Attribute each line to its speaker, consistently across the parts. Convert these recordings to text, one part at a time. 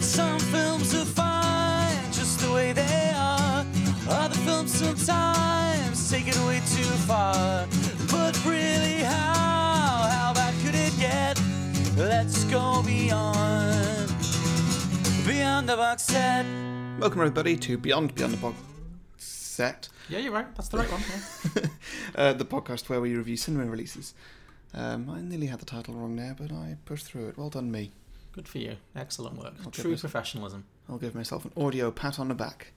Speaker 1: Some films are fine just the way they are. Other films sometimes take it way too far. But really, how? How bad could it get? Let's go beyond. Beyond the box set.
Speaker 2: Welcome everybody to Beyond Beyond the Box Set,
Speaker 3: Yeah, you're right. That's the right one. Yeah.
Speaker 2: uh, the podcast where we review cinema releases. Um, I nearly had the title wrong there, but I pushed through it. Well done, me.
Speaker 3: Good for you. Excellent work.
Speaker 2: I'll give
Speaker 3: True
Speaker 2: this-
Speaker 3: professionalism.
Speaker 2: I'll give myself an audio pat on the back.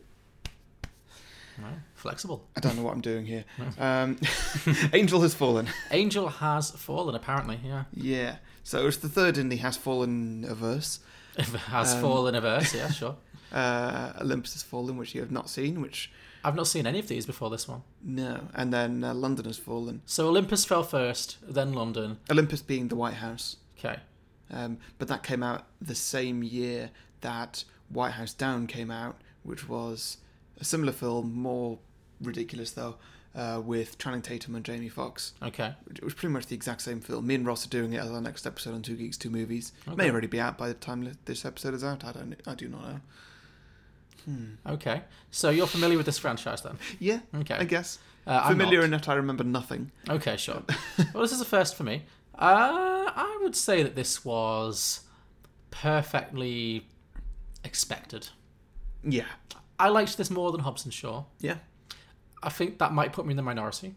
Speaker 3: Wow. Flexible.
Speaker 2: I don't know what I'm doing here. Um, Angel has fallen.
Speaker 3: Angel has fallen, apparently. Yeah.
Speaker 2: Yeah. So it's the third in the has fallen averse.
Speaker 3: has fallen a verse. Yeah, sure.
Speaker 2: Uh, Olympus has fallen, which you have not seen. Which
Speaker 3: I've not seen any of these before this one.
Speaker 2: no. And then uh, London has fallen.
Speaker 3: So Olympus fell first, then London.
Speaker 2: Olympus being the White House.
Speaker 3: Okay.
Speaker 2: Um, but that came out the same year that White House Down came out, which was a similar film, more ridiculous though, uh, with Channing Tatum and Jamie Foxx.
Speaker 3: Okay.
Speaker 2: It was pretty much the exact same film. Me and Ross are doing it as our next episode on Two Geeks, Two Movies. It may
Speaker 3: Okay.
Speaker 2: already be out by the time li- this episode is out. I don't. I do not know.
Speaker 3: Okay. So you're familiar with this franchise then?
Speaker 2: Yeah,
Speaker 3: Okay.
Speaker 2: I guess
Speaker 3: Uh, I'm
Speaker 2: familiar
Speaker 3: not.
Speaker 2: enough. I remember nothing.
Speaker 3: Okay, sure. well, this is a first for me. Uh, I would say that this was perfectly expected.
Speaker 2: Yeah,
Speaker 3: I liked this more than Hobson Shaw.
Speaker 2: yeah,
Speaker 3: I think that might put me in the minority.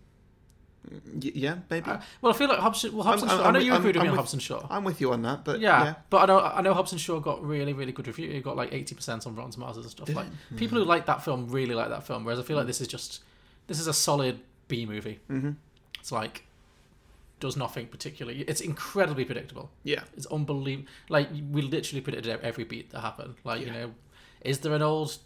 Speaker 2: y- yeah. Maybe.
Speaker 3: Uh, well, I feel like Hobson. Well, Hobson.
Speaker 2: I'm-
Speaker 3: Shaw, i know
Speaker 2: I'm-
Speaker 3: you
Speaker 2: I'm-
Speaker 3: agreed with
Speaker 2: I'm
Speaker 3: me on
Speaker 2: with-
Speaker 3: Hobson Shaw.
Speaker 2: I'm with you on that, but
Speaker 3: yeah,
Speaker 2: yeah,
Speaker 3: but I know I know Hobson Shaw got really really good review. It got like eighty percent on Rotten Tomatoes and stuff. Like people
Speaker 2: Hmm.
Speaker 3: who like that film really like that film. Whereas I feel like this is just this is a solid B movie. Mm-hmm. It's like does nothing particularly. It's incredibly predictable.
Speaker 2: yeah.
Speaker 3: It's unbelievable. Like we literally predicted ev- every beat that happened. Like you know, is there an old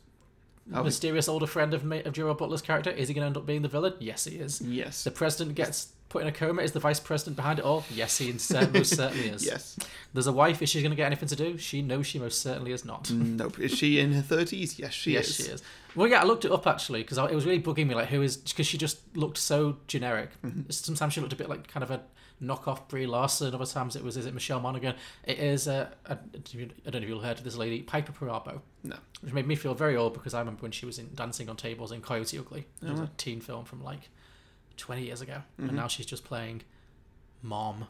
Speaker 2: I'll be-
Speaker 3: mysterious older friend of Ma- of Gerard Butler's character? Is he going to end up being the villain? Yes, he is.
Speaker 2: Yes.
Speaker 3: The president gets put in a coma. Is the vice president behind it all? Yes, he cer- most certainly is.
Speaker 2: Yes.
Speaker 3: There's a wife. Is she going to get anything to do? She knows she most certainly is not.
Speaker 2: Nope. Is she in her thirties? Yes, she
Speaker 3: yes,
Speaker 2: is.
Speaker 3: she is. Well, yeah, I looked it up actually because it was really bugging me. Like, who is? Because she just looked so generic.
Speaker 2: Mm-hmm.
Speaker 3: Sometimes she looked a bit like kind of a knockoff Brie Larson. Other times it was, is it Michelle Monaghan? It is. Uh, I, I don't know if you'll heard of this lady, Piper Parabo,
Speaker 2: No.
Speaker 3: which made me feel very old because I remember when she was in Dancing on Tables in Coyote Ugly. It
Speaker 2: Oh.
Speaker 3: was a teen film from like 20 years ago,
Speaker 2: Mm-hmm.
Speaker 3: and now she's just playing mom.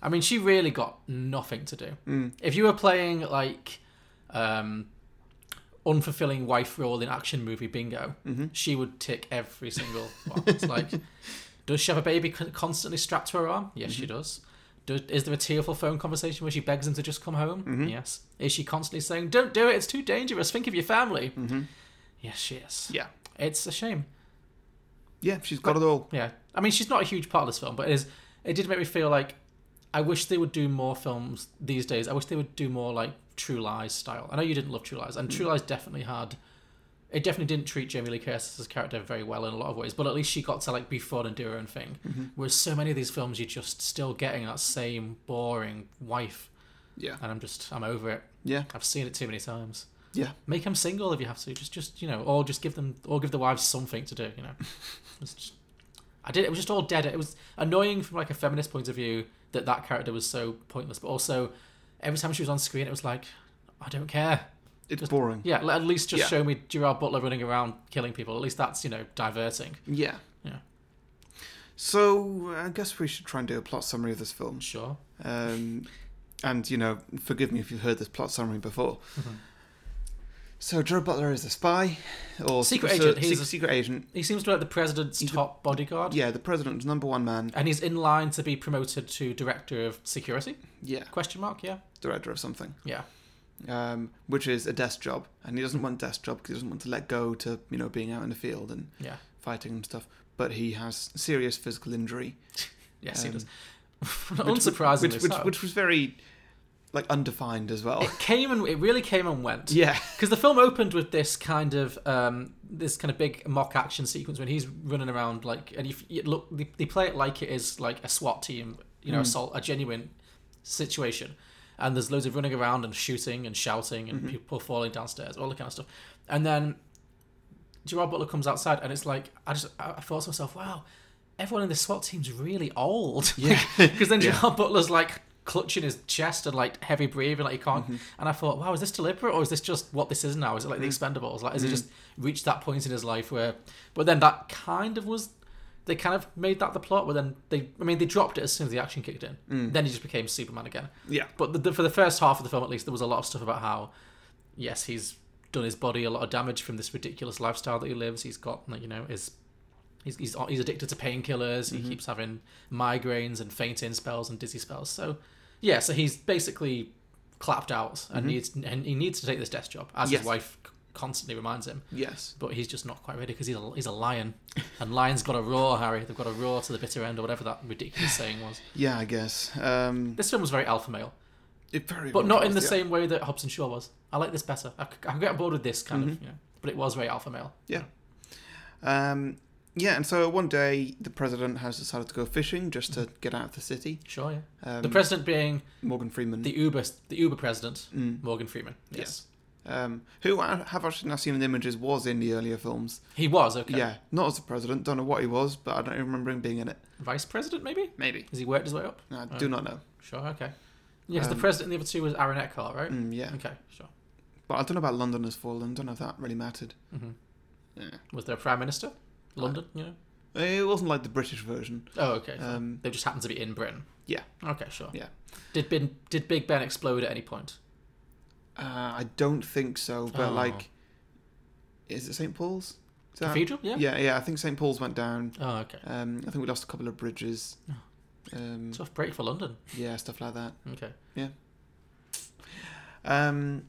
Speaker 3: I mean, she really got nothing to do. If you were playing like um, unfulfilling wife role in action movie bingo, she would tick every single one. It's like, does she have a baby con- constantly strapped to her arm? Yes, she does. Do, is there a tearful phone conversation where she begs him to just come home? Yes. Is she constantly saying, "Don't do it. It's too dangerous. Think of your family." Yes, she is.
Speaker 2: Yeah.
Speaker 3: It's a shame.
Speaker 2: Yeah, she's got it all.
Speaker 3: Yeah, I mean, she's not a huge part of this film, but it is. It did make me feel like I wish they would do more films these days. I wish they would do more like True Lies style. I know you didn't love True Lies, and True Lies definitely had. It definitely didn't treat Jamie Lee Curtis's character very well in a lot of ways, but at least she got to like be fun and do her own thing. Whereas so many of these films, you're just still getting that same boring wife,
Speaker 2: Yeah.
Speaker 3: and I'm just I'm over it.
Speaker 2: Yeah.
Speaker 3: I've seen it too many times.
Speaker 2: Yeah.
Speaker 3: Make them single if you have to. Just, just you know, or just give them, or give the wives something to do. You know, It's just- I did. It was just all dead. It was annoying from like a feminist point of view that that character was so pointless. But also, every time she was on screen, it was like, I don't care.
Speaker 2: It's boring.
Speaker 3: Yeah, let- at least just
Speaker 2: Yeah.
Speaker 3: show me Gerard Butler running around killing people. At least that's you know diverting.
Speaker 2: Yeah.
Speaker 3: Yeah.
Speaker 2: So uh, I guess we should try and do a plot summary of this film.
Speaker 3: Sure.
Speaker 2: Um, and you know, forgive me if you've heard this plot summary before. So Joe Butler is a spy, or
Speaker 3: Secret
Speaker 2: so-
Speaker 3: agent. He's
Speaker 2: sec-
Speaker 3: a-
Speaker 2: secret agent.
Speaker 3: He seems to be like the president's
Speaker 2: He's a-
Speaker 3: top bodyguard.
Speaker 2: Yeah, the president's number one man.
Speaker 3: And he's in line to be promoted to director of security?
Speaker 2: Yeah,
Speaker 3: Question mark. Yeah.
Speaker 2: director of something,
Speaker 3: Yeah.
Speaker 2: um, which is a desk job, and he doesn't want desk job because he doesn't want to let go to you know being out in the field and
Speaker 3: Yeah.
Speaker 2: fighting and stuff. But he has serious physical injury,
Speaker 3: Yes, he
Speaker 2: Um,
Speaker 3: does. Unsurprisingly,
Speaker 2: which, which,
Speaker 3: so.
Speaker 2: which was very like undefined as well.
Speaker 3: Oh, it came and it really came and went.
Speaker 2: yeah,
Speaker 3: Because the film opened with this kind of um, this kind of big mock action sequence when he's running around like, and you, you look, they, they play it like it is like a SWAT team, you know, assault a genuine situation, and there's loads of running around and shooting and shouting and people falling downstairs, all that kind of stuff, and then Gerard Butler comes outside, and it's like I just I I thought to myself, wow, everyone in the SWAT team's really old. Yeah, because then Gerard Butler's like clutching his chest and like heavy breathing, like he can't. And I thought, wow, is this deliberate or is this just what this is now? Is it like the Expendables? Like, has he just reached that point in his life where? But then that kind of was. They kind of made that the plot, but then they, I mean, they dropped it as soon as the action kicked in. Then he just became Superman again.
Speaker 2: Yeah.
Speaker 3: But the, the, for the first half of the film, at least, there was a lot of stuff about how, yes, he's done his body a lot of damage from this ridiculous lifestyle that he lives. He's got, like, you know, his. He's, he's, he's addicted to painkillers. He keeps having migraines and fainting spells and dizzy spells. So, yeah, so he's basically clapped out and needs and he needs to take this desk job, as
Speaker 2: Yes.
Speaker 3: his wife c- constantly reminds him.
Speaker 2: Yes.
Speaker 3: But he's just not quite ready because he's a, he's a lion, and lions got a roar, Harry. They've got a roar to the bitter end, or whatever that ridiculous saying was.
Speaker 2: Yeah, I guess. Um,
Speaker 3: This film was very alpha male.
Speaker 2: it very
Speaker 3: But
Speaker 2: much
Speaker 3: not in the
Speaker 2: was, yeah.
Speaker 3: same way that Hobson Shaw was. I like this better. I, c- I get bored with this kind
Speaker 2: Mm-hmm.
Speaker 3: of, you know. But it was very alpha male.
Speaker 2: Yeah. Um, yeah, and so one day the president has decided to go fishing just to get out of the city.
Speaker 3: Sure, yeah.
Speaker 2: Um,
Speaker 3: the president being
Speaker 2: Morgan Freeman, Mm.
Speaker 3: the Uber, the Uber president, Morgan Freeman. Yes,
Speaker 2: um, who I have actually now seen in images, was in the earlier films.
Speaker 3: he was okay.
Speaker 2: Yeah, not as a president. Don't know what he was, but I don't even remember him being in it.
Speaker 3: Vice president maybe.
Speaker 2: Maybe.
Speaker 3: Has he worked his way up?
Speaker 2: I do not know.
Speaker 3: Sure, okay. Yeah, because the president in the other two was Aaron Eckhart, right?
Speaker 2: Um, Mm, yeah,
Speaker 3: Okay, sure.
Speaker 2: but I don't know about London has fallen. Don't know if that really mattered.
Speaker 3: Mm-hmm. Was there a prime minister? London, you know.
Speaker 2: It wasn't like the British version.
Speaker 3: Oh, okay. fine.
Speaker 2: Um,
Speaker 3: they just happened to be in Britain.
Speaker 2: Yeah,
Speaker 3: Okay, sure.
Speaker 2: Yeah.
Speaker 3: Did Bin, did Big Ben explode at any point?
Speaker 2: uh, I don't think so. But
Speaker 3: Oh.
Speaker 2: like, is it St Paul's? Is that-
Speaker 3: Cathedral? Yeah.
Speaker 2: Yeah, yeah. I think St Paul's went down.
Speaker 3: Oh, okay.
Speaker 2: Um, I think we lost a couple of bridges.
Speaker 3: Oh.
Speaker 2: Um,
Speaker 3: Tough break for London.
Speaker 2: yeah, stuff like that.
Speaker 3: Okay.
Speaker 2: Um,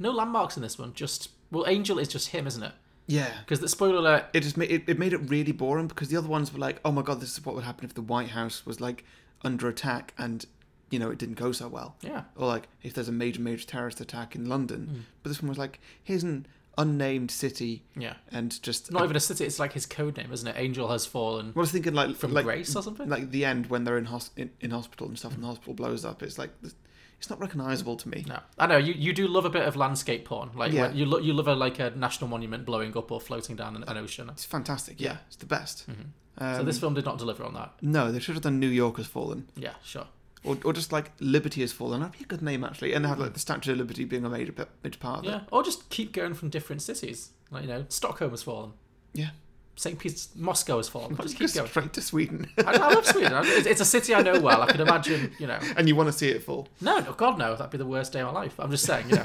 Speaker 3: No landmarks in this one. Just well, Angel is just him, isn't it?
Speaker 2: yeah.
Speaker 3: Because the spoiler alert.
Speaker 2: It just made it, it made it really boring because the other ones were like, oh my god, this is what would happen if the White House was like under attack and you know it didn't go so well.
Speaker 3: Yeah.
Speaker 2: or like if there's a major major terrorist attack in London.
Speaker 3: Hmm.
Speaker 2: But this one was like here's an unnamed city
Speaker 3: Yeah.
Speaker 2: and just
Speaker 3: Not even a city. It's like his code name, isn't it? Angel has fallen.
Speaker 2: I was thinking like
Speaker 3: From
Speaker 2: like,
Speaker 3: Grace or something?
Speaker 2: Like the end when they're in, hos- in in hospital and stuff, and the hospital blows up. It's like th- it's not recognizable to me.
Speaker 3: No, I know you, you do love a bit of landscape porn. Like
Speaker 2: Yeah.
Speaker 3: when you lo- you love a like a national monument blowing up or floating down an, an ocean.
Speaker 2: It's fantastic. Yeah, it's the best.
Speaker 3: Mm-hmm.
Speaker 2: Um,
Speaker 3: so this film did not deliver on that.
Speaker 2: No, they should have done New York has fallen,
Speaker 3: Yeah, sure.
Speaker 2: or or just like Liberty has fallen. That'd be a good name actually, and have like the Statue of Liberty being a major bit- major part of it.
Speaker 3: Yeah, or just keep going from different cities. Like you know, Stockholm has fallen.
Speaker 2: Yeah.
Speaker 3: St. Peter's, Moscow has fallen. Just keep going.
Speaker 2: straight to Sweden,
Speaker 3: I, I love Sweden. I- It's, it's a city I know well. I can imagine. You know,
Speaker 2: and you want to see it fall.
Speaker 3: no, no, God, no, that'd be the worst day of my life. I'm just saying. You know,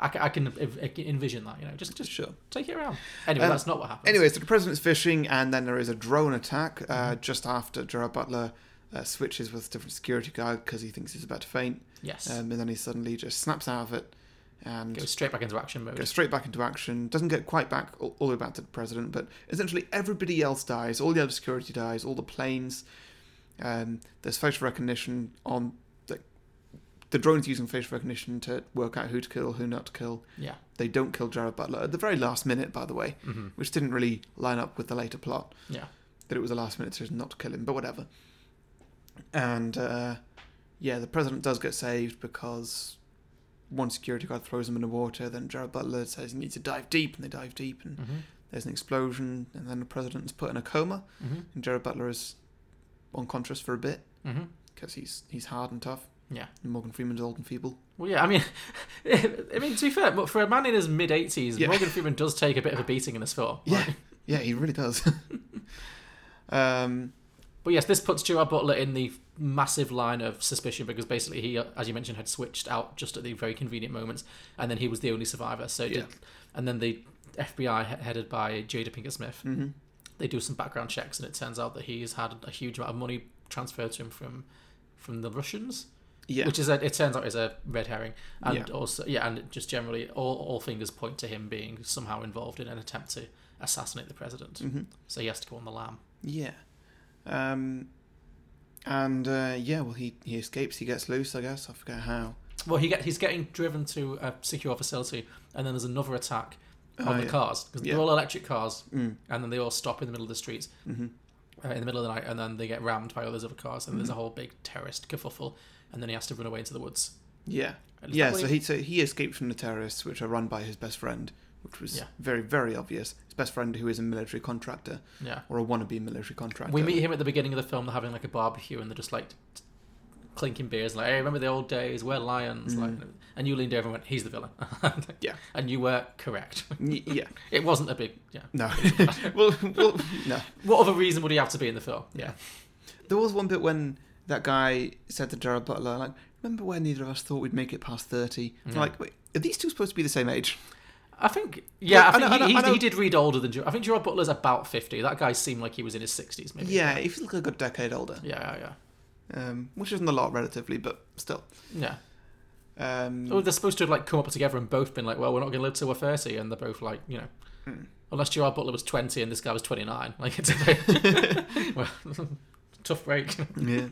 Speaker 3: I, ca- I can, I can envision that. You know, just just
Speaker 2: Sure.
Speaker 3: take it around. Anyway,
Speaker 2: Um,
Speaker 3: that's not what happens.
Speaker 2: Anyway, so the president's fishing, and then there is a drone attack uh,
Speaker 3: Mm-hmm.
Speaker 2: just after Gerard Butler uh, switches with a different security guard because he thinks he's about to faint,
Speaker 3: yes,
Speaker 2: um, and then he suddenly just snaps out of it and
Speaker 3: go
Speaker 2: goes,
Speaker 3: straight back into action mode.
Speaker 2: straight back into action. Doesn't get quite back all, all the way back to the president, but essentially everybody else dies. All the other security dies. All the planes. Um, there's facial recognition on the, the drones using facial recognition to work out who to kill, who not to kill.
Speaker 3: Yeah.
Speaker 2: They don't kill Jared Butler at the very last minute, by the way,
Speaker 3: hmm
Speaker 2: which didn't really line up with the later plot
Speaker 3: Yeah.
Speaker 2: that it was a last minute decision not to kill him, but whatever. And uh, yeah, the president does get saved because one security guard throws him in the water, then Jared Butler says he needs to dive deep, and they dive deep, and
Speaker 3: hmm
Speaker 2: there's an explosion, and then the president's put in a coma,
Speaker 3: hmm
Speaker 2: and Jared Butler is unconscious for a bit
Speaker 3: hmm
Speaker 2: because he's, he's hard and tough.
Speaker 3: Yeah.
Speaker 2: And Morgan Freeman's old and feeble.
Speaker 3: Well, yeah, I mean, I mean, to be fair, but for a man in his mid eighties,
Speaker 2: Yeah.
Speaker 3: Morgan Freeman does take a bit of a beating in this film.
Speaker 2: Yeah, yeah, he really does. um,
Speaker 3: But yes, this puts Gerard Butler in the massive line of suspicion because basically he, as you mentioned, had switched out just at the very convenient moments, and then he was the only survivor. So it
Speaker 2: Yeah.
Speaker 3: did, and then the FBI, he- headed by Jada Pinkett Smith,
Speaker 2: mhm.
Speaker 3: they do some background checks, and it turns out that he's had a huge amount of money transferred to him from from the Russians.
Speaker 2: Yeah.
Speaker 3: which is a, it turns out is a red herring, and
Speaker 2: Yeah.
Speaker 3: also yeah, and just generally all, all fingers point to him being somehow involved in an attempt to assassinate the president.
Speaker 2: Mhm.
Speaker 3: So he has to go on the lam.
Speaker 2: Yeah. Um, and uh, yeah, well, he, he escapes, he gets loose, I guess. I forget how.
Speaker 3: Well, he get he's getting driven to a secure facility, and then there's another attack on
Speaker 2: Oh,
Speaker 3: the
Speaker 2: yeah.
Speaker 3: cars because
Speaker 2: Yeah.
Speaker 3: they're all electric cars,
Speaker 2: Mm.
Speaker 3: and then they all stop in the middle of the streets.
Speaker 2: Mhm.
Speaker 3: Uh, in the middle of the night, and then they get rammed by all those other cars, and there's a
Speaker 2: Mm-hmm.
Speaker 3: whole big terrorist kerfuffle, and then he has to run away into the woods.
Speaker 2: Yeah.
Speaker 3: And is
Speaker 2: Yeah,
Speaker 3: that what
Speaker 2: so he so he escapes from the terrorists, which are run by his best friend, which was
Speaker 3: Yeah.
Speaker 2: very, very obvious. His best friend, who is a military contractor,
Speaker 3: yeah.
Speaker 2: or a wannabe military contractor.
Speaker 3: We meet him at the beginning of the film. They're having like a barbecue, and they're just like clinking beers, like, hey, remember the old days? We're lions. Like, and you leaned over and went, he's the villain.
Speaker 2: Mm. Yeah.
Speaker 3: And you were correct.
Speaker 2: Y- yeah.
Speaker 3: it wasn't a big, yeah.
Speaker 2: No. well, well, no.
Speaker 3: What other reason would he have to be in the film? Yeah.
Speaker 2: There was one bit when that guy said to Gerard Butler, like, remember when neither of us thought we'd make it past 30?
Speaker 3: Mm.
Speaker 2: I'm like, wait, are these two supposed to be the same age?
Speaker 3: I think,
Speaker 2: Well,
Speaker 3: yeah, I
Speaker 2: I
Speaker 3: think
Speaker 2: know- I know-
Speaker 3: he,
Speaker 2: I
Speaker 3: he,
Speaker 2: know-
Speaker 3: he did read older than Gerard. I think Gerard Butler's about 50. That guy seemed like he was in his 60s, maybe.
Speaker 2: Yeah, if you look a good decade older,
Speaker 3: Yeah, yeah, yeah.
Speaker 2: um, which isn't a lot relatively, but still.
Speaker 3: Yeah.
Speaker 2: Um,
Speaker 3: Oh, they're supposed to have like come up together and both been like, well, we're not going to live till we're 30. And they're both like, you know,
Speaker 2: Hmm.
Speaker 3: unless Gerard Butler was 20 and this guy was 29. Like, it's a bit- well, tough break.
Speaker 2: yeah.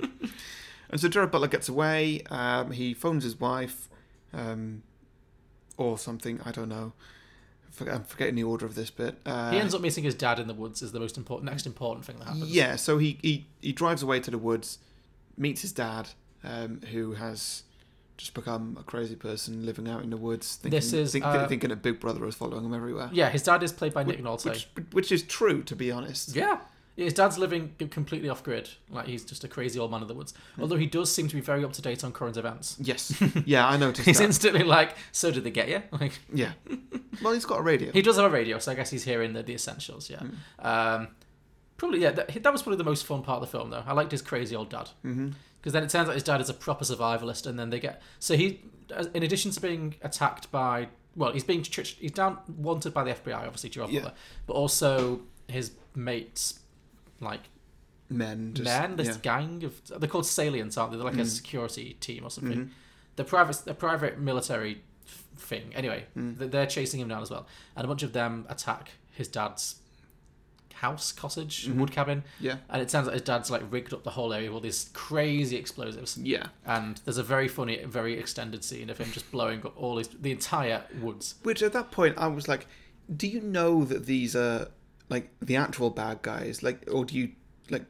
Speaker 2: And so Gerard Butler gets away. Um, he phones his wife, um, or something. I don't know. For- I'm forgetting the order of this bit. Uh,
Speaker 3: he ends up meeting his dad in the woods, is the most important, next important thing that happens.
Speaker 2: yeah. So he, he he drives away to the woods, meets his dad, um, who has just become a crazy person living out in the woods. Thinking,
Speaker 3: This is,
Speaker 2: think,
Speaker 3: uh,
Speaker 2: thinking a big brother is following him everywhere.
Speaker 3: Yeah, his dad is played by Nick Nolte.
Speaker 2: Which, which is true, to be honest.
Speaker 3: yeah. His dad's living completely off grid. Like, he's just a crazy old man of the woods.
Speaker 2: Hmm.
Speaker 3: Although he does seem to be very up to date on current events.
Speaker 2: Yes. Yeah, I noticed
Speaker 3: He's
Speaker 2: that.
Speaker 3: instantly like, so did they get you? Like,
Speaker 2: Yeah. Well, he's got a radio.
Speaker 3: He does have a radio, so I guess he's hearing the, the essentials. Yeah. Um, probably. Yeah. That, that was probably the most fun part of the film, though. I liked his crazy old dad. Because
Speaker 2: Mm-hmm.
Speaker 3: then it turns out his dad is a proper survivalist, and then they get so he, as- in addition to being attacked by, well, he's being tr- he's down wanted by the FBI, obviously, Gerard
Speaker 2: Yeah.
Speaker 3: Butler, but also his mates, like
Speaker 2: Men. Just,
Speaker 3: men, this
Speaker 2: yeah. Mm.
Speaker 3: gang of they're called Salients, aren't they? They're like a security team or something.
Speaker 2: Mm-hmm.
Speaker 3: They're private, a private military f- thing. Anyway,
Speaker 2: Mm.
Speaker 3: th- they're chasing him down as well, and a bunch of them attack his dad's house, cottage, wood cabin.
Speaker 2: Mm-hmm. Yeah.
Speaker 3: And it sounds like his dad's like rigged up the whole area with all these crazy explosives.
Speaker 2: Yeah.
Speaker 3: And there's a very funny, very extended scene of him just blowing up all his the entire woods.
Speaker 2: Which at that point I was like, do you know that these are like the actual bad guys? Like, or do you like?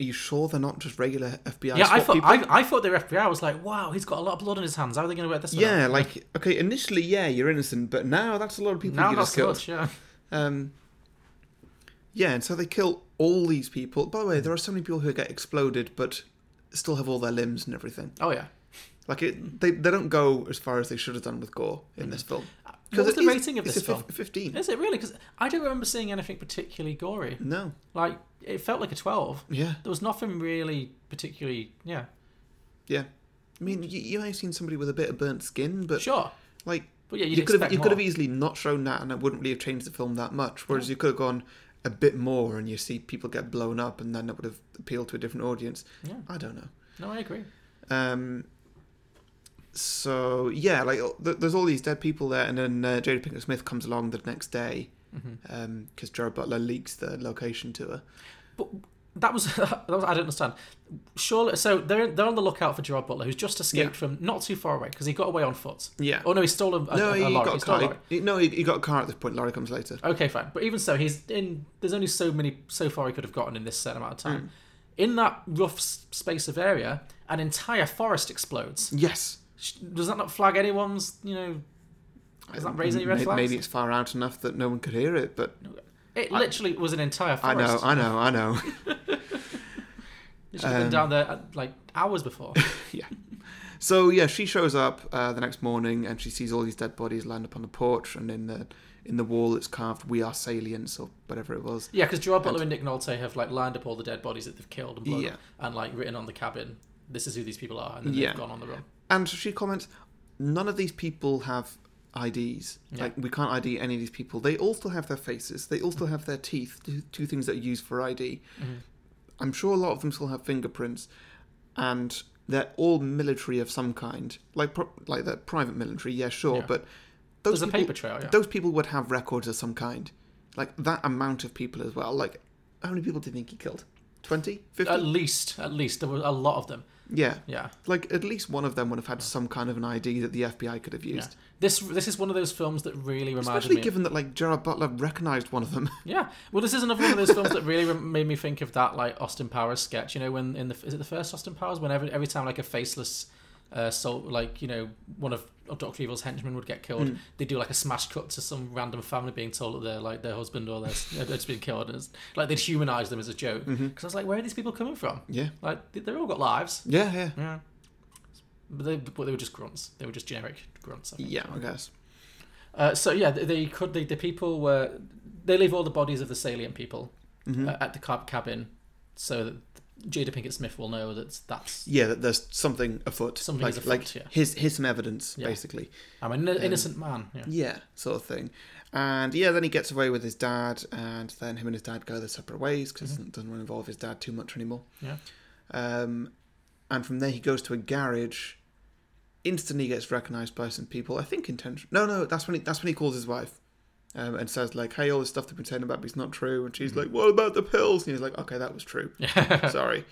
Speaker 2: Are you sure they're not just regular FBI?
Speaker 3: yeah, I
Speaker 2: SWAT
Speaker 3: thought
Speaker 2: people?
Speaker 3: I, I thought the FBI I was like, wow, he's got a lot of blood on his hands. How are they going to work this? one out?"
Speaker 2: Yeah, like okay, initially, yeah, you're innocent, but now that's a lot of people
Speaker 3: now
Speaker 2: you
Speaker 3: that's
Speaker 2: just killed.
Speaker 3: good. Yeah.
Speaker 2: Um, yeah, and so they kill all these people. By the way, there are so many people who get exploded, but still have all their limbs and everything.
Speaker 3: Oh yeah.
Speaker 2: Like it, they they don't go as far as they should have done with gore in this film.
Speaker 3: Mm. Uh, What was
Speaker 2: it
Speaker 3: the
Speaker 2: is-
Speaker 3: rating of
Speaker 2: it's
Speaker 3: this
Speaker 2: a fif-
Speaker 3: film?
Speaker 2: Fifteen.
Speaker 3: Is it really? Because I don't remember seeing anything particularly gory.
Speaker 2: No.
Speaker 3: Like it felt like a twelve.
Speaker 2: Yeah.
Speaker 3: There was nothing really particularly. Yeah,
Speaker 2: Yeah. I mean, you, you may have seen somebody with a bit of burnt skin, but
Speaker 3: sure,
Speaker 2: like
Speaker 3: but yeah, you'd
Speaker 2: you could have
Speaker 3: expect
Speaker 2: you could have
Speaker 3: more.
Speaker 2: easily not shown that, and it wouldn't really have changed the film that much. Whereas you could have gone a bit more, and you see people get blown up, and then it would have appealed to a different audience.
Speaker 3: Yeah.
Speaker 2: I don't know.
Speaker 3: No, I agree.
Speaker 2: Um, so yeah, like uh, th- there's all these dead people there, and then uh, Jada Pinkett Smith comes along the next day because Jared Butler leaks the location to her.
Speaker 3: But that was that was I don't understand. Surely, so they're they're on the lookout for Gerard Butler, who's just
Speaker 2: Yeah.
Speaker 3: escaped from not too far away because he got away on foot.
Speaker 2: Yeah.
Speaker 3: Oh no, he stole a, a,
Speaker 2: no,
Speaker 3: a
Speaker 2: he
Speaker 3: lorry.
Speaker 2: got
Speaker 3: He
Speaker 2: a
Speaker 3: stole a
Speaker 2: car.
Speaker 3: lorry.
Speaker 2: He- no, he, he got a car at this point. Larry comes later.
Speaker 3: Okay, fine. But even so, he's in. There's only so many so far he could have gotten in this certain amount of
Speaker 2: Mm.
Speaker 3: time. In that rough s- space of area, an entire forest explodes.
Speaker 2: Yes.
Speaker 3: Sh- does that not flag anyone's you know does that raise any red
Speaker 2: May-
Speaker 3: flags
Speaker 2: Maybe it's far out enough that no one could hear it, but
Speaker 3: it literally was an entire
Speaker 2: I
Speaker 3: forest
Speaker 2: know, I know, I know.
Speaker 3: you should have been
Speaker 2: um,
Speaker 3: down there uh, like hours before
Speaker 2: so yeah, she shows up uh, the next morning and she sees all these dead bodies lined up on the porch and in the in the wall it's carved "We are salients" or whatever it was.
Speaker 3: yeah because Gerard Butler and Nick Nolte have like lined up all the dead bodies that they've killed and blown
Speaker 2: Yeah.
Speaker 3: up and like written on the cabin this is who these people are and then
Speaker 2: Yeah.
Speaker 3: they've gone on the run
Speaker 2: And she comments, "None of these people have IDs. Like we can't ID any of these people. They all still have their faces. They all still have their teeth. Two, two things that are used for ID.
Speaker 3: Mm-hmm.
Speaker 2: I'm sure a lot of them still have fingerprints, and they're all military of some kind. Like pro- like they're private military. Yeah, sure,
Speaker 3: Yeah.
Speaker 2: but." Those
Speaker 3: There's a
Speaker 2: people,
Speaker 3: paper trail, yeah.
Speaker 2: Those people would have records of some kind. Like that amount of people as well. Like, how many people do you think he killed? 20? 50?
Speaker 3: at least at least there were a lot of them
Speaker 2: yeah.
Speaker 3: yeah
Speaker 2: Like, at least one of them would have had some kind of an ID that the FBI could have
Speaker 3: yeah
Speaker 2: used.
Speaker 3: this this is one of those films that really reminded
Speaker 2: Especially
Speaker 3: me
Speaker 2: given that like Gerard Butler recognised one of them.
Speaker 3: Yeah, well, this is another one of those films that really rem- made me think of that like Austin Powers sketch. You know, when in the is it the first Austin Powers? Whenever every time like a faceless, uh, soul like you know one of, of Doctor Evil's henchmen would get killed, they do like a smash cut to some random family being told that their like their husband or their they've just been killed, and it's, like they'd humanize them as a joke. Because I was like, where are these people coming from?
Speaker 2: yeah.
Speaker 3: Like they- they've all got lives.
Speaker 2: Yeah, yeah.
Speaker 3: Yeah, But they, but they were just grunts. They were just generic grunts. I think.
Speaker 2: Yeah, I guess.
Speaker 3: Uh, so yeah, they, they could. They, the people were. They leave all the bodies of the salient people
Speaker 2: Mm-hmm.
Speaker 3: uh, at the cab cabin, so that Jada Pinkett Smith will know that that's.
Speaker 2: Yeah, that there's something afoot.
Speaker 3: Something
Speaker 2: like,
Speaker 3: is
Speaker 2: like
Speaker 3: afoot, yeah.
Speaker 2: here's here's some evidence,
Speaker 3: Yeah.
Speaker 2: basically.
Speaker 3: I'm an inno- innocent man. Yeah.
Speaker 2: Yeah, sort of thing. And yeah, then he gets away with his dad, and then him and his dad go their separate ways because it doesn't want to involve his dad too much anymore.
Speaker 3: Mm-hmm. Yeah.
Speaker 2: Um, and from there, he goes to a garage. Instantly gets recognized by some people. I think intention. No, no, that's when he, that's when he calls his wife, um, and says like, "Hey, all this stuff they've been saying about me's not true." And she's
Speaker 3: Mm.
Speaker 2: like, "What about the pills?" And he's like, "Okay, that was true. Sorry."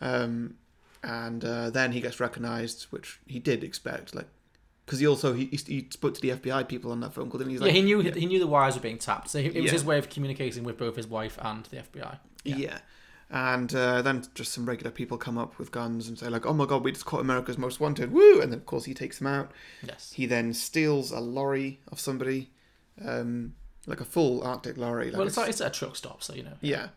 Speaker 2: Um, and uh, then he gets recognized, which he did expect, like, because he also he, he spoke to the FBI people on that phone call, didn't he? He's
Speaker 3: yeah,
Speaker 2: like,
Speaker 3: he knew he knew the wires were being tapped, so he, it was
Speaker 2: Yeah.
Speaker 3: his way of communicating with both his wife and the FBI.
Speaker 2: Yeah. And uh, then just some regular people come up with guns and say like, "Oh my God, we just caught America's Most Wanted!" Woo! And then of course he takes them out.
Speaker 3: Yes.
Speaker 2: He then steals a lorry of somebody, um, like a full Arctic lorry. Like
Speaker 3: well, it's,
Speaker 2: a-
Speaker 3: like, it's at a truck stop, so you know.
Speaker 2: yeah.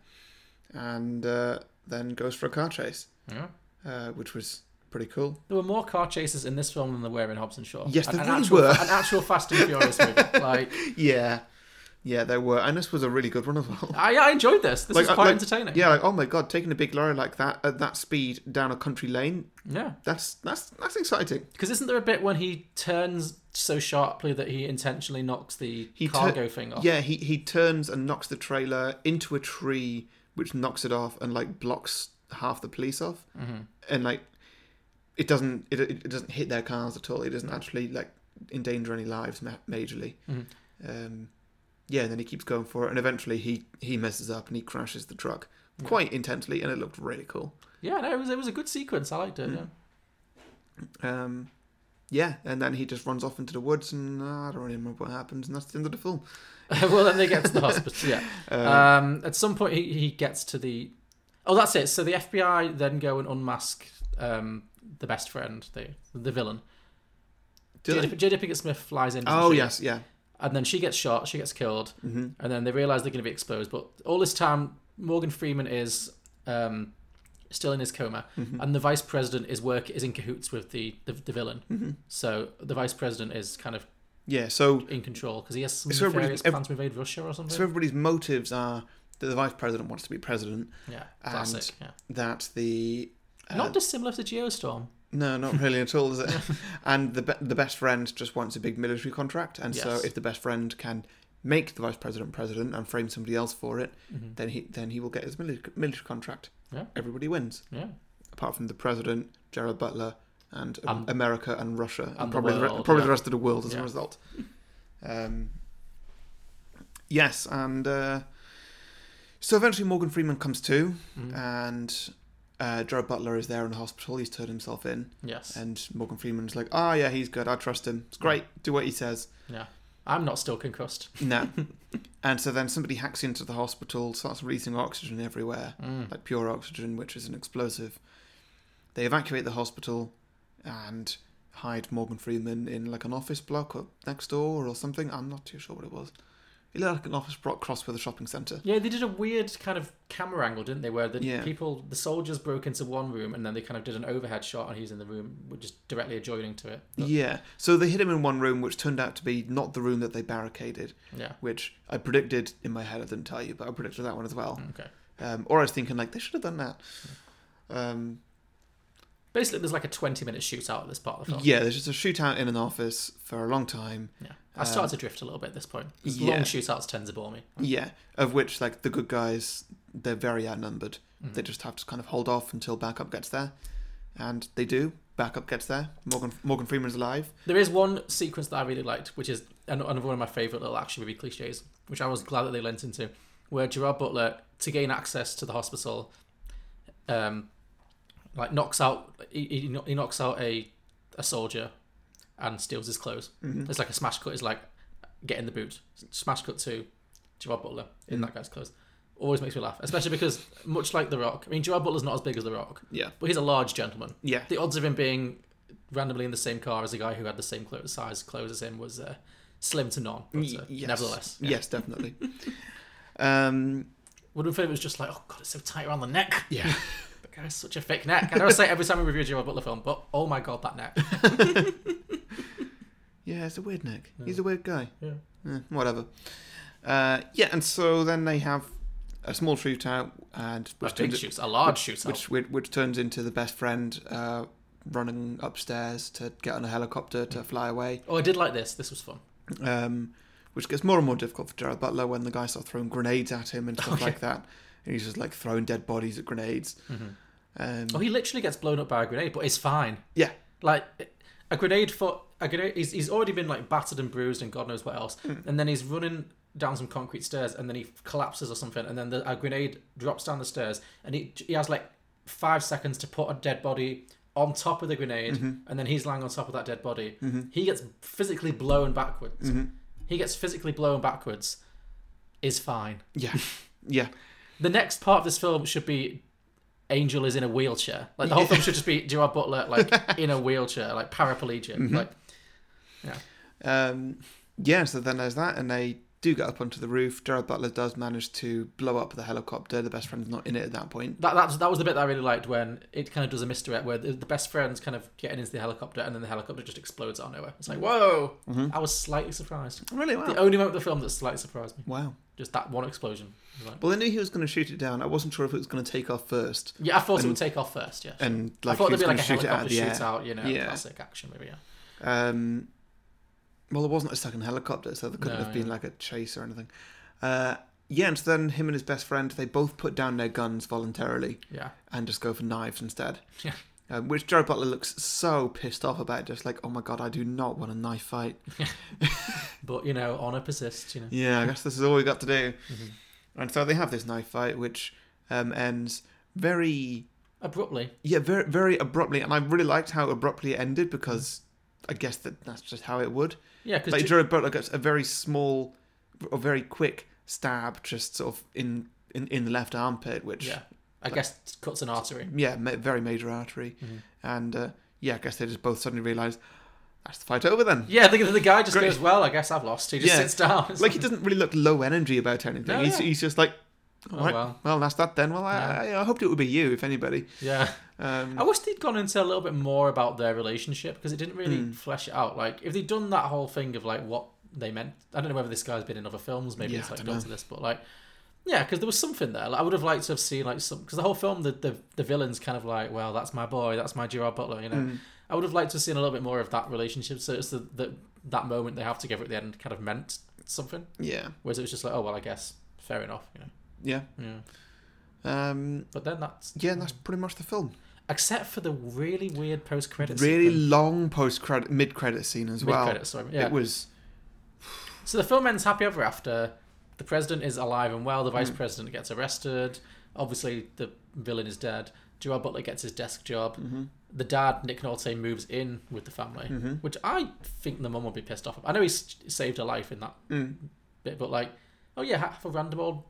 Speaker 2: And uh, then goes for a car chase,
Speaker 3: Yeah.
Speaker 2: uh, which was pretty cool.
Speaker 3: There were more car chases in this film than there were in Hobbs and Shaw.
Speaker 2: Yes,
Speaker 3: An-
Speaker 2: there
Speaker 3: an
Speaker 2: really
Speaker 3: actual,
Speaker 2: were.
Speaker 3: An actual Fast and Furious movie. Like,
Speaker 2: Yeah, yeah, there were, and this was a really good one as well.
Speaker 3: I, I enjoyed this. This
Speaker 2: Like,
Speaker 3: is quite
Speaker 2: like-
Speaker 3: entertaining.
Speaker 2: Yeah, like oh my god, taking a big lorry like that at that speed down a country lane,
Speaker 3: Yeah.
Speaker 2: that's that's that's exciting.
Speaker 3: Because isn't there a bit when he turns so sharply that he intentionally knocks the
Speaker 2: He tur-
Speaker 3: cargo thing off?
Speaker 2: Yeah, he he turns and knocks the trailer into a tree, which knocks it off and like blocks half the police off, mm-hmm. and like it doesn't it, it doesn't hit their cars at all. It doesn't actually like endanger any lives ma- majorly. Um, yeah, and then he keeps going for it, and eventually he he messes up and he crashes the truck quite intensely, and it looked really cool.
Speaker 3: Yeah, no, it was it was a good sequence. I liked it.
Speaker 2: Mm.
Speaker 3: Yeah.
Speaker 2: Um, yeah, and then he just runs off into the woods, and uh, I don't really remember what happens, and that's the end of the film.
Speaker 3: well, then they get to the hospital. Yeah.
Speaker 2: Uh,
Speaker 3: Um, at some point, he, he gets to the. Oh, that's it. So the FBI then go and unmask um, the best friend, the the villain.
Speaker 2: Do
Speaker 3: Jada,
Speaker 2: they?
Speaker 3: Jada Pinkett Smith flies in. doesn't
Speaker 2: Oh
Speaker 3: she?
Speaker 2: yes, yeah, Mm-hmm.
Speaker 3: And then she gets shot. She gets killed. And then they realize they're going to be exposed. But all this time, Morgan Freeman is um, still in his coma,
Speaker 2: Mm-hmm.
Speaker 3: and the vice president is work is in cahoots with the the, the villain. So the vice president is kind of
Speaker 2: Mm-hmm. yeah. So
Speaker 3: in control because he has some
Speaker 2: It's everybody-
Speaker 3: nefarious
Speaker 2: ev-
Speaker 3: plans to invade Russia or something.
Speaker 2: So everybody's motives are that the vice president wants to be president,
Speaker 3: yeah,
Speaker 2: and-
Speaker 3: classic. Yeah.
Speaker 2: that the uh,
Speaker 3: Not dissimilar to Geostorm.
Speaker 2: no, not really at all, is it? and the be- the best friend just wants a big military contract, and so
Speaker 3: Yes.
Speaker 2: if the best friend can make the vice president president and frame somebody else for it,
Speaker 3: Mm-hmm.
Speaker 2: then he then he will get his military military contract.
Speaker 3: Yeah.
Speaker 2: Everybody wins,
Speaker 3: Yeah.
Speaker 2: apart from the president, Gerald Butler, and um,
Speaker 3: And-
Speaker 2: America and Russia, and,
Speaker 3: and the
Speaker 2: probably the, re-
Speaker 3: world,
Speaker 2: probably the
Speaker 3: yeah.
Speaker 2: rest of the world as a
Speaker 3: Yeah.
Speaker 2: result. Um, yes, and uh, so eventually Morgan Freeman comes to,
Speaker 3: Mm-hmm. Mm.
Speaker 2: and uh, Gerald Butler is there in the hospital. He's turned himself in,
Speaker 3: Yes.
Speaker 2: and Morgan Freeman's like, "Ah, yeah, he's good. I trust him. It's great. Do what he says."
Speaker 3: yeah. I'm not still concussed.
Speaker 2: No. and so then somebody hacks into the hospital, starts releasing oxygen everywhere,
Speaker 3: Mm.
Speaker 2: like pure oxygen, which is an explosive. They evacuate the hospital and hide Morgan Freeman in like an office block or next door or something. I'm not too sure what it was. It looked like an office block crossed with a shopping centre.
Speaker 3: Yeah, they did a weird kind of camera angle, didn't they? Where the
Speaker 2: Yeah.
Speaker 3: people, the soldiers broke into one room and then they kind of did an overhead shot and he's in the room which is directly adjoining to it. But,
Speaker 2: Yeah. So they hid him in one room, which turned out to be not the room that they barricaded,
Speaker 3: yeah.
Speaker 2: which I predicted in my head. I didn't tell you, but I predicted that one as well.
Speaker 3: Okay.
Speaker 2: Um, or I was thinking, like, they should have done that. Um,
Speaker 3: Basically, there's like a 20 minute shootout at this part of the film.
Speaker 2: Yeah, there's just a shootout in an office for a long time.
Speaker 3: Yeah. I started to drift a little bit at this point. 'cause
Speaker 2: Um, yeah.
Speaker 3: Long shootouts tend to bore me.
Speaker 2: Yeah, of which like the good guys, they're very outnumbered.
Speaker 3: Mm-hmm.
Speaker 2: They just have to kind of hold off until backup gets there, and they do. Backup gets there. Morgan Morgan Freeman's alive.
Speaker 3: There is one sequence that I really liked, which is an- another one of my favourite little action movie cliches, which I was glad that they lent into, where Gerard Butler, to gain access to the hospital, um, like knocks out he, he, kno- he knocks out a a soldier, and steals his clothes. It's like a smash cut. It's like get in the boot. Smash cut to Gerard Butler in that guy's clothes. Always makes me laugh, especially because much like The Rock, I mean Gerard Butler's not as big as The Rock,
Speaker 2: Yeah,
Speaker 3: but he's a large gentleman
Speaker 2: yeah,
Speaker 3: the odds of him being randomly in the same car as a guy who had the same clo- size clothes as him was uh, slim to none. But, uh,
Speaker 2: Y- yes.
Speaker 3: Nevertheless,
Speaker 2: yes, definitely. um,
Speaker 3: would have been it was just like, oh god, it's so tight around the neck.
Speaker 2: yeah,
Speaker 3: guy has such a thick neck. I know I say it every time we review a Gerard Butler film, but oh my god, that neck.
Speaker 2: Yeah, it's a weird neck. He's a weird guy.
Speaker 3: Yeah.
Speaker 2: Eh, whatever. Uh, yeah, and so then they have a small shootout, and
Speaker 3: A big
Speaker 2: turns-
Speaker 3: shoots, a large shoots.
Speaker 2: which, which which turns into the best friend uh, running upstairs to get on a helicopter to fly away,
Speaker 3: oh, I did like this. This was fun.
Speaker 2: um, which gets more and more difficult for Gerard Butler when the guys start throwing grenades at him and stuff
Speaker 3: Okay.
Speaker 2: like that, and he's just like throwing dead bodies at grenades. Um,
Speaker 3: Mm-hmm. Oh, he literally gets blown up by a grenade, but it's fine.
Speaker 2: yeah,
Speaker 3: Like a grenade for a grenade. He's, he's already been like battered and bruised and God knows what else, and then he's running down some concrete stairs, and then he collapses or something, and then the, a grenade drops down the stairs, and he he has like five seconds to put a dead body on top of the grenade, and then he's lying on top of that dead body. He gets physically blown backwards. He gets physically blown backwards. Is fine.
Speaker 2: yeah, yeah.
Speaker 3: The next part of this film should be Angel is in a wheelchair. Like the whole film should just be Gerard Butler like in a wheelchair, like paraplegic.
Speaker 2: Mm-hmm.
Speaker 3: Like
Speaker 2: Um, yeah, so then there's that, and they do get up onto the roof. Gerard Butler does manage to blow up the helicopter. The best friend's not in it at that point.
Speaker 3: that that's, that was the bit that I really liked when it kind of does a mystery where the the best friends kind of getting into the helicopter and then the helicopter just explodes out of nowhere. It's like whoa! I was slightly surprised.
Speaker 2: Really? Mm-hmm. Wow.
Speaker 3: The only moment of the film that slightly surprised me,
Speaker 2: wow.
Speaker 3: just that one explosion. It was like-
Speaker 2: Well, I knew he was going to shoot it down. I wasn't sure if it was going to take off first.
Speaker 3: yeah, I thought it would take off first. Yeah,
Speaker 2: And
Speaker 3: I
Speaker 2: like,
Speaker 3: thought
Speaker 2: he was
Speaker 3: there'd be
Speaker 2: going
Speaker 3: like
Speaker 2: to
Speaker 3: a
Speaker 2: shoot it out of
Speaker 3: helicopter
Speaker 2: the air.
Speaker 3: shootout, you know,
Speaker 2: Yeah.
Speaker 3: classic action movie. Yeah.
Speaker 2: Um, well, there wasn't a second helicopter, so there couldn't
Speaker 3: No,
Speaker 2: have been
Speaker 3: yeah.
Speaker 2: like a chase or anything. Uh, yeah, and so then him and his best friend they both put down their guns voluntarily
Speaker 3: yeah,
Speaker 2: and just go for knives instead.
Speaker 3: Yeah.
Speaker 2: Um, which Jared Butler looks so pissed off about, just like, oh my god, I do not want a knife fight.
Speaker 3: but you know, honor persists. You know,
Speaker 2: Yeah, I guess this is all we got to do.
Speaker 3: Mm-hmm.
Speaker 2: And so they have this knife fight, which um, ends very,
Speaker 3: abruptly.
Speaker 2: yeah, very, very abruptly. And I really liked how abruptly it ended because I guess that that's just how it would.
Speaker 3: Yeah, because
Speaker 2: Like Jared Butler gets a very small, or very quick stab, just sort of in in, in the left armpit, which
Speaker 3: Yeah, I guess it cuts an artery.
Speaker 2: yeah, ma- very major artery.
Speaker 3: Mm-hmm.
Speaker 2: And uh, yeah, I guess they just both suddenly realise that's the fight over then.
Speaker 3: Yeah, the, the guy just
Speaker 2: Great.
Speaker 3: goes, "Well, I guess I've lost." He just
Speaker 2: Yeah.
Speaker 3: sits down. It's
Speaker 2: Like he doesn't really look low energy about anything.
Speaker 3: No,
Speaker 2: he's,
Speaker 3: yeah.
Speaker 2: he's just like,
Speaker 3: Oh,
Speaker 2: all right,
Speaker 3: well.
Speaker 2: well, that's that then. Well, I, I, I hoped it would be you, if anybody.
Speaker 3: yeah.
Speaker 2: Um,
Speaker 3: I wish they'd gone into a little bit more about their relationship because it didn't really
Speaker 2: Hmm.
Speaker 3: flesh it out. Like if they'd done that whole thing of like what they meant, I don't know whether this guy's been in other films. Maybe
Speaker 2: Yeah,
Speaker 3: it's
Speaker 2: I
Speaker 3: like
Speaker 2: don't
Speaker 3: done
Speaker 2: know.
Speaker 3: to this, but like. Yeah, because there was something there. Like, I would have liked to have seen like some because the whole film, the, the the villain's kind of like, well, that's my boy, that's my Gerard Butler, you know.
Speaker 2: Hmm. mm,
Speaker 3: I would have liked to have seen a little bit more of that relationship. So it's the, the that moment they have together at the end kind of meant something.
Speaker 2: yeah,
Speaker 3: Whereas it was just like, oh well, I guess fair enough, you know.
Speaker 2: yeah.
Speaker 3: Yeah.
Speaker 2: Um,
Speaker 3: But then that's
Speaker 2: yeah, and that's pretty much the film.
Speaker 3: except for the really weird post credits.
Speaker 2: Really long post credit, mid credit scene as well.
Speaker 3: Mid-credits, sorry, yeah.
Speaker 2: It was
Speaker 3: So the film ends happy ever after. The president is alive and well. The
Speaker 2: Hmm.
Speaker 3: vice president gets arrested. Obviously, the villain is dead. Gerard Butler gets his desk job. The dad, Nick Nolte, moves in with the family,
Speaker 2: Hmm. mm-hmm,
Speaker 3: which I think the mum will be pissed off. I know he's saved her life in that
Speaker 2: mm-hmm.
Speaker 3: bit, but like, oh yeah, half a random old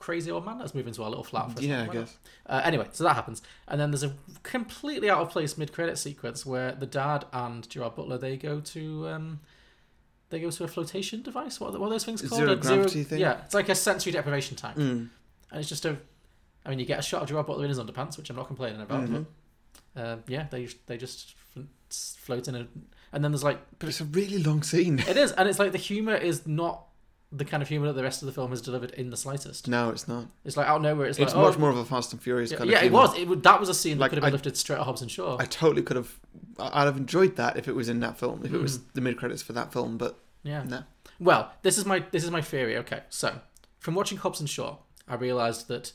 Speaker 3: crazy old man that's moving to our little flat. For a
Speaker 2: Yeah,
Speaker 3: second,
Speaker 2: I
Speaker 3: why not?
Speaker 2: guess.
Speaker 3: Uh, anyway, so that happens, and then there's a completely out of place mid credit sequence where the dad and Gerard Butler they go to um, they go to a flotation device. What are, what are those things called?
Speaker 2: Zero
Speaker 3: A
Speaker 2: gravity thing?
Speaker 3: Yeah, it's like a sensory deprivation tank, and it's just a. I mean, you get a shot of Gerard Butler in his underpants, which I'm not complaining about.
Speaker 2: Mm-hmm.
Speaker 3: But, um, yeah, they they just f- float in, a, and then there's like
Speaker 2: but it's a really long scene.
Speaker 3: it is, and it's like the humor is not the kind of humor that the rest of the film has delivered in the slightest.
Speaker 2: No, it's not.
Speaker 3: It's like out of nowhere. It's,
Speaker 2: It's
Speaker 3: like
Speaker 2: much
Speaker 3: oh,
Speaker 2: more of a Fast and Furious
Speaker 3: Yeah,
Speaker 2: kind
Speaker 3: yeah
Speaker 2: of
Speaker 3: it was. It would, that was a scene that
Speaker 2: Like,
Speaker 3: could have been
Speaker 2: I-
Speaker 3: lifted straight out of Hobbs and Shaw.
Speaker 2: I totally could have. I- I'd have enjoyed that if it was in that film, if it
Speaker 3: Mm.
Speaker 2: was the mid credits for that film, but
Speaker 3: yeah.
Speaker 2: no.
Speaker 3: Well, this is my this is my theory. Okay, so from watching Hobbs and Shaw, I realised that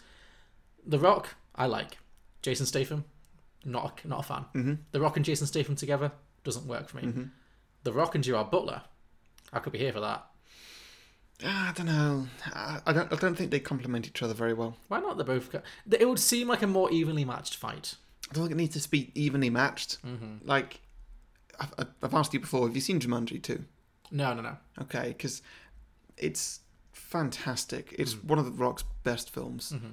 Speaker 3: The Rock I like, Jason Statham, not a, not a fan. Mm-hmm. The Rock and Jason Statham together doesn't work for me.
Speaker 2: Mm-hmm.
Speaker 3: The Rock and Gerard Butler, I could be here for that.
Speaker 2: Ah, I don't know. I I don't. I don't think they complement each other very well.
Speaker 3: Why not? They're both. co- It would seem like a more evenly matched fight.
Speaker 2: I don't think it needs to be evenly matched.
Speaker 3: Mm-hmm.
Speaker 2: Like, I've- I've, I've asked you before. Have you seen Jumanji too?
Speaker 3: No, no, no.
Speaker 2: Okay, because it's fantastic. It's
Speaker 3: Mm.
Speaker 2: one of the Rock's best films,
Speaker 3: Mm-hmm.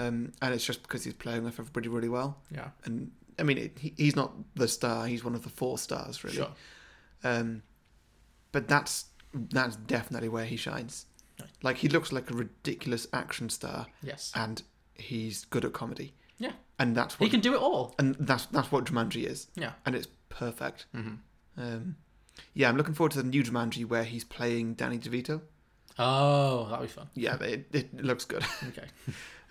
Speaker 2: um, and it's just because he's playing with everybody really well.
Speaker 3: Yeah,
Speaker 2: And I mean, it, he, he's not the star; he's one of the four stars, really.
Speaker 3: sure.
Speaker 2: Um, but that's that's definitely where he shines.
Speaker 3: Right.
Speaker 2: Like he looks like a ridiculous action star,
Speaker 3: Yes.
Speaker 2: and he's good at comedy.
Speaker 3: Yeah.
Speaker 2: and that's
Speaker 3: He
Speaker 2: what
Speaker 3: can do it all.
Speaker 2: and that's that's what Jumanji is,
Speaker 3: Yeah.
Speaker 2: and it's perfect.
Speaker 3: Mm-hmm.
Speaker 2: Um, yeah, I'm looking forward to the new Jumanji where he's playing Danny DeVito.
Speaker 3: Oh, that'll be fun.
Speaker 2: Yeah, it, it looks good.
Speaker 3: Okay.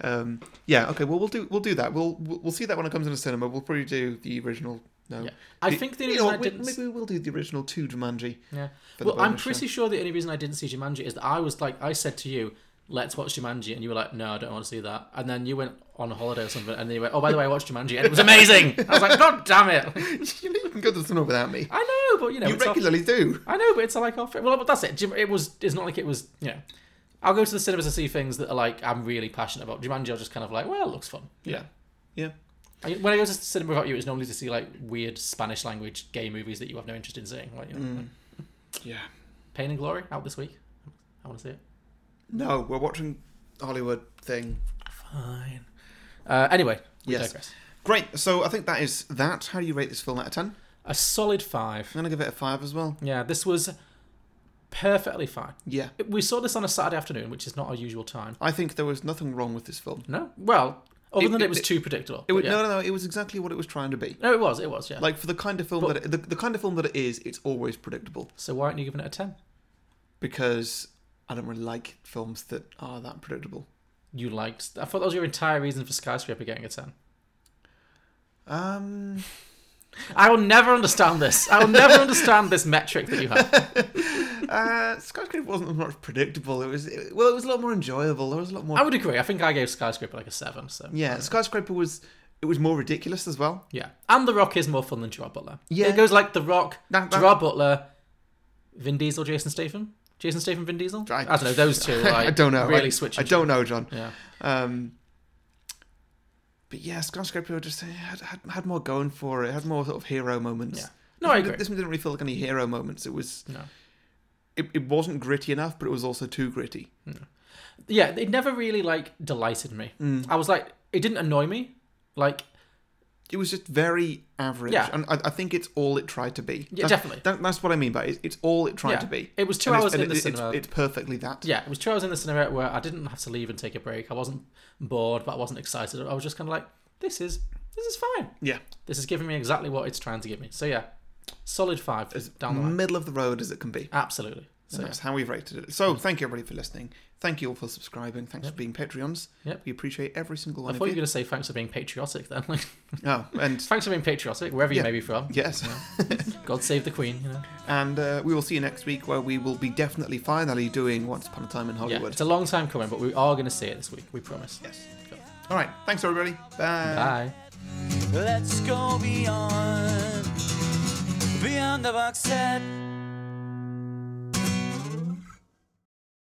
Speaker 2: Um, yeah, okay. Well, we'll do we'll do that. We'll we'll we'll see that when it comes into cinema. We'll probably do the original. No,
Speaker 3: Yeah. I
Speaker 2: The-
Speaker 3: think the
Speaker 2: you
Speaker 3: only
Speaker 2: know
Speaker 3: reason I
Speaker 2: what, we-
Speaker 3: didn't.
Speaker 2: maybe we will do the original two Jumanji.
Speaker 3: Yeah.
Speaker 2: for the
Speaker 3: Well, I'm
Speaker 2: bonus show.
Speaker 3: pretty sure the only reason I didn't see Jumanji is that I was like, I said to you, let's watch Jumanji, and you were like, no, I don't want to see that. And then you went on holiday or something, and then you went, oh, by the way, I watched Jumanji, and it was amazing. I was like, god damn it.
Speaker 2: you can go to the cinema without me.
Speaker 3: I know, but you know,
Speaker 2: You
Speaker 3: it's off-
Speaker 2: regularly do.
Speaker 3: I know, but it's like off. Well, but that's it. Jim, it was. It's not like it was. You know, I'll go to the cinemas to see things that are like I'm really passionate about. Jumanji, I'll just kind of like, well, it looks fun.
Speaker 2: Yeah, yeah.
Speaker 3: I, when I go to the cinema without you, it's normally to see like weird Spanish language gay movies that you have no interest in seeing. Like, you
Speaker 2: Mm.
Speaker 3: know, like
Speaker 2: Yeah.
Speaker 3: Pain and Glory out this week. I want to see it.
Speaker 2: No, we're watching Hollywood thing.
Speaker 3: Fine. Uh, anyway, we
Speaker 2: Yes.
Speaker 3: digress.
Speaker 2: Great. So I think that is that. How do you rate this film out of ten? I'm
Speaker 3: A solid five.
Speaker 2: gonna give it a five as well.
Speaker 3: Yeah, this was perfectly fine.
Speaker 2: Yeah.
Speaker 3: We saw this on a Saturday afternoon, which is not our usual time.
Speaker 2: I think there was nothing wrong with this film.
Speaker 3: No, well, other
Speaker 2: It-
Speaker 3: than it,
Speaker 2: it-
Speaker 3: was too predictable.
Speaker 2: It
Speaker 3: but
Speaker 2: was,
Speaker 3: yeah.
Speaker 2: No, no, no. It was exactly what it was trying to be.
Speaker 3: no, it was, it was, yeah.
Speaker 2: Like for the kind of film
Speaker 3: But-
Speaker 2: that it, the, the kind of film that it is, it's always predictable
Speaker 3: So why aren't you giving it a ten?
Speaker 2: because I don't really like films that are that predictable.
Speaker 3: You liked. I thought that was your entire reason for Skyscraper getting a ten.
Speaker 2: Um,
Speaker 3: I will never understand this. I will never understand this metric that you have.
Speaker 2: uh, Skyscraper wasn't as much predictable. It was it, well, it was a lot more enjoyable. There was a lot more.
Speaker 3: I would agree. I think I gave Skyscraper like a seven. So
Speaker 2: yeah, Skyscraper was it was more ridiculous as well.
Speaker 3: yeah. And The Rock is more fun than Gerard Butler.
Speaker 2: Yeah.
Speaker 3: it goes like The Rock,
Speaker 2: That- that-
Speaker 3: Gerard Butler, Vin Diesel, Jason Statham, Jason Statham, Vin Diesel. I, don't know those two. Like,
Speaker 2: I don't know.
Speaker 3: Really
Speaker 2: I,
Speaker 3: switch.
Speaker 2: I don't know, John.
Speaker 3: Yeah.
Speaker 2: Um, but yeah, Skyscraper just had, had had more going for it. Had more sort of hero moments.
Speaker 3: Yeah. No, I
Speaker 2: This one-
Speaker 3: agree.
Speaker 2: This one didn't really feel like any hero moments. It was
Speaker 3: No.
Speaker 2: it, it wasn't gritty enough, but it was also too gritty.
Speaker 3: yeah, it never really like delighted me.
Speaker 2: Mm.
Speaker 3: I was like, it didn't annoy me. Like
Speaker 2: It was just very average,
Speaker 3: Yeah.
Speaker 2: and I, I think it's all it tried to be.
Speaker 3: Yeah,
Speaker 2: That's-
Speaker 3: definitely.
Speaker 2: That, that's what I mean by it. It's all it tried
Speaker 3: Yeah.
Speaker 2: to be.
Speaker 3: It was two
Speaker 2: And it's-
Speaker 3: hours
Speaker 2: and
Speaker 3: in the
Speaker 2: it- it's,
Speaker 3: cinema.
Speaker 2: It's perfectly that.
Speaker 3: Yeah, it was two hours in the cinema where I didn't have to leave and take a break. I wasn't bored, but I wasn't excited. I was just kind of like, this is this is fine.
Speaker 2: Yeah.
Speaker 3: This is giving me exactly what it's trying to give me. So yeah, solid five down the line.
Speaker 2: middle of the road as it can be.
Speaker 3: Absolutely. So
Speaker 2: And that's how we've rated it. So thank you everybody for listening. Thank you all for subscribing. Thanks for being Patreons.
Speaker 3: Yep.
Speaker 2: We appreciate every single
Speaker 3: yeah. I
Speaker 2: one
Speaker 3: thought
Speaker 2: of
Speaker 3: you
Speaker 2: you.
Speaker 3: were going to say thanks for being patriotic then. Like,
Speaker 2: Oh, and
Speaker 3: thanks for being patriotic, wherever
Speaker 2: Yeah.
Speaker 3: you may be from.
Speaker 2: yes,
Speaker 3: God save the Queen. You know.
Speaker 2: and uh, we will see you next week where we will be definitely finally doing Once Upon a Time in
Speaker 3: Yeah,
Speaker 2: Hollywood.
Speaker 3: it's a long time coming, but we are going to see it this week. We promise.
Speaker 2: yes.
Speaker 3: Cool.
Speaker 2: All right. Thanks everybody.
Speaker 3: Bye.
Speaker 1: Let's go beyond, beyond the box set.